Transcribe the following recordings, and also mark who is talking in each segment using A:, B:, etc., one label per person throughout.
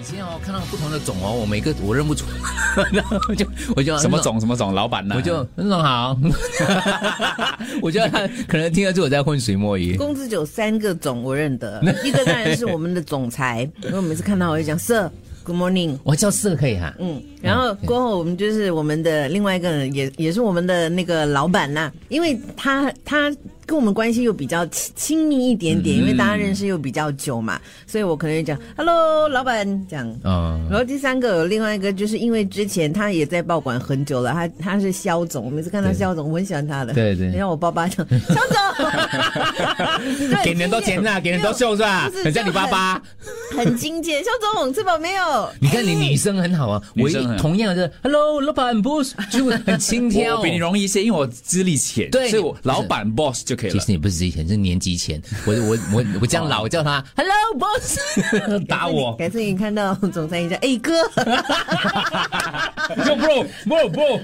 A: 以前哦，看到不同的种哦，我每个 我认不出，然后我就我就
B: 什么，种什么种，老板呢？
A: 啊我就那种好， 我觉得他可能听得出我在混水摸鱼。
C: 公司只有三个总我认得，一个当然是我们的总裁，因为我每次看到我就讲 Sir Good morning，
A: 我叫色可以哈、
C: 嗯，然后过后我们就是我们的另外一个人，也也是我们的那个老板呐、因为他他跟我们关系又比较亲亲密一点点，因为大家认识又比较久嘛，所以我可能会讲 Hello 老板这样。
A: 嗯，
C: 然后第三个有另外一个，就是因为之前他也在报馆很久了，他他是肖总，我每次看到
A: 对
C: 肖总，我很喜欢他的。
A: 对对
C: 你让我爸爸讲肖总，
B: 给你很多钱啊
A: 哎
B: 呐、给你很多秀是吧
C: 不是？
B: 很像你爸爸，
C: 很精简。肖总吃饱没有？
A: 你看你女生很好啊，我
B: 哎女
A: 一
B: 生很好
A: 同样的 Hello 老板 boss 就很哦轻
B: 我
A: 佻。
B: 我比你容易一些，因为我资历浅，
A: 对
B: 所以我
A: 不是
B: 老板 boss 就可以
A: 其
B: 了
A: 实。你不是之前是年级前，我我我我这样
B: 哦
A: 老叫他 Hello boss
B: 打我
C: 改次你看到总裁一下，哎哥，
B: ，Yo bro bro bro，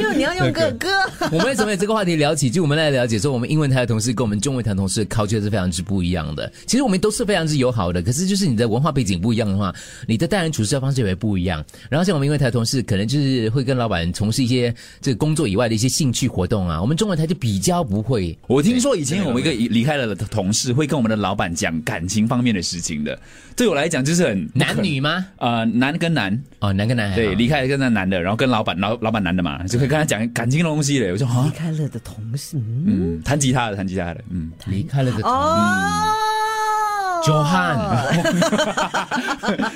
C: 因为你要用个哥。
A: 我们为什么有这个话题聊起？就我们来了解说，我们英文台的同事跟我们中文台的同事 culture 是非常之不一样的。其实我们都是非常之友好的，可是就是你的文化背景不一样的话，你的待人处事的方式也会不一样。然后像我们英文台的同事，可能就是会跟老板从事一些这个工作以外的一些兴趣活动啊。我们中文台就比较不会。
B: 我听说以前我们一个离开了的同事会跟我们的老板讲感情方面的事情的，对我来讲就是很
A: 男女 吗？
B: 呃男跟男，
A: 哦，男跟男还好
B: 对，离开了跟那男的，然后跟老板老老板男的嘛，就会跟他讲感情的东西嘞。我说
C: 离
B: 啊，
C: 开了的同事，嗯
B: 嗯，弹吉他的，弹吉他的，嗯，
A: 离开了的同
C: 哦
A: Johan 啊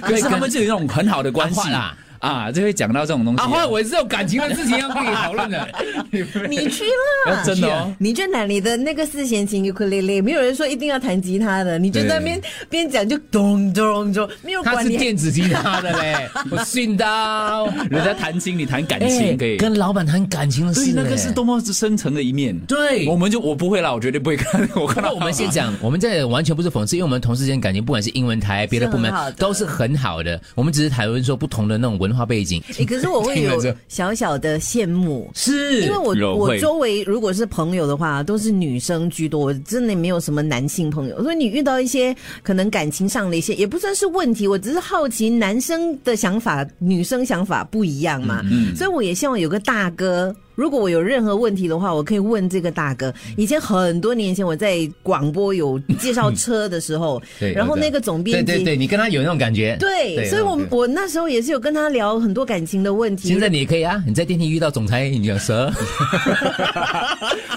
B: 可是他们就有那种很好的关
A: 阿
B: 系
A: 焕啊
B: 啊，就会讲到这种东西。
A: 阿花，我是有感情的事情要跟你讨论的。
C: 你去
B: 啊
C: 了，
B: 真的哦，
C: 你去哪里的那个四弦琴尤克里里？没有人说一定要弹吉他的，你就在那边边讲就咚咚咚，没有
A: 他
C: 管
A: 是
C: 你。
A: 电子吉他的嘞，我训到。
B: 人家谈心，你谈 感
A: 哎
B: 情可以。
A: 跟老板谈感情的事
B: 对，
A: 嘞，
B: 那个是多么深层的一面。
A: 对
B: 我们就我不会啦，我绝对不会看。 我看
A: 那
B: 到
A: 我们先 讲，我们这完全不是讽刺，因为我们同事之间感情，不管是英文台、别的部门
C: 是很好的
A: 都是很好的。我们只是谈论说不同的那种文化背景。
C: 哎，可是我会
A: 听了
C: 有
A: 就
C: 小小的羡慕，
A: 是，
C: 因为我
B: 有
C: 我
B: 会
C: 周围如果是朋友的话，都是女生居多，我真的没有什么男性朋友。所以你遇到一些可能感情上的一些，也不算是问题，我只是好奇男生的想法、女生想法不一样嘛。所以我也希望有个大哥。如果我有任何问题的话，我可以问这个大哥。以前很多年前，我在广播有介绍车的时候
A: 对
C: 然后
A: 有的
C: 那个总编
A: 对
C: 辑，
A: 对对，你跟他有那种感觉。
C: 对所以我
A: 对
C: 我那时候也是有跟他聊很多感情的问题。
A: 现在你也可以啊，你在电梯遇到总裁，你讲蛇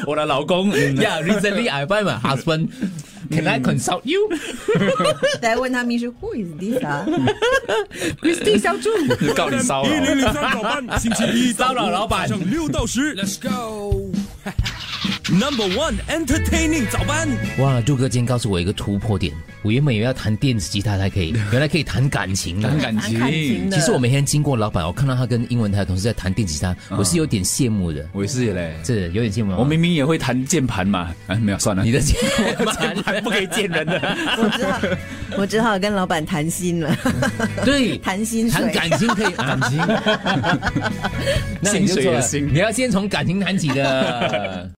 B: 我的老公，嗯
A: ，Yeah, recently I buy my husband. Can I consult you?
C: 来问他秘书，Who is this 啊 ？Christy 小猪，
B: 告你骚 扰
D: 一。零零三早班，星期一到
B: 骚扰老板
D: 上六到十，Let's go 。Number one entertaining 早班，
A: 哇，杜哥今天告诉我一个突破点，我原本以为要弹电子吉他才可 以，原来可以弹感情了
B: 谈。感
C: 谈感情
B: 情，
C: 的
A: 其实我每天经过老板，我看到他跟英文台的同事在弹电子吉他，我是有点羡慕的，
B: 我也是嘞。
A: 是有点羡慕啊。
B: 我明明也会弹键盘嘛，哎，没有算了，
A: 你的键
B: 盘不可 以见人的。
C: 我只好我只好跟老板谈心了，
A: 对
C: 谈薪水
A: 谈感情可以，感情，那你就
B: 薪水
A: 做
B: 的
A: 了
B: 薪
A: 你要先从感情谈起的。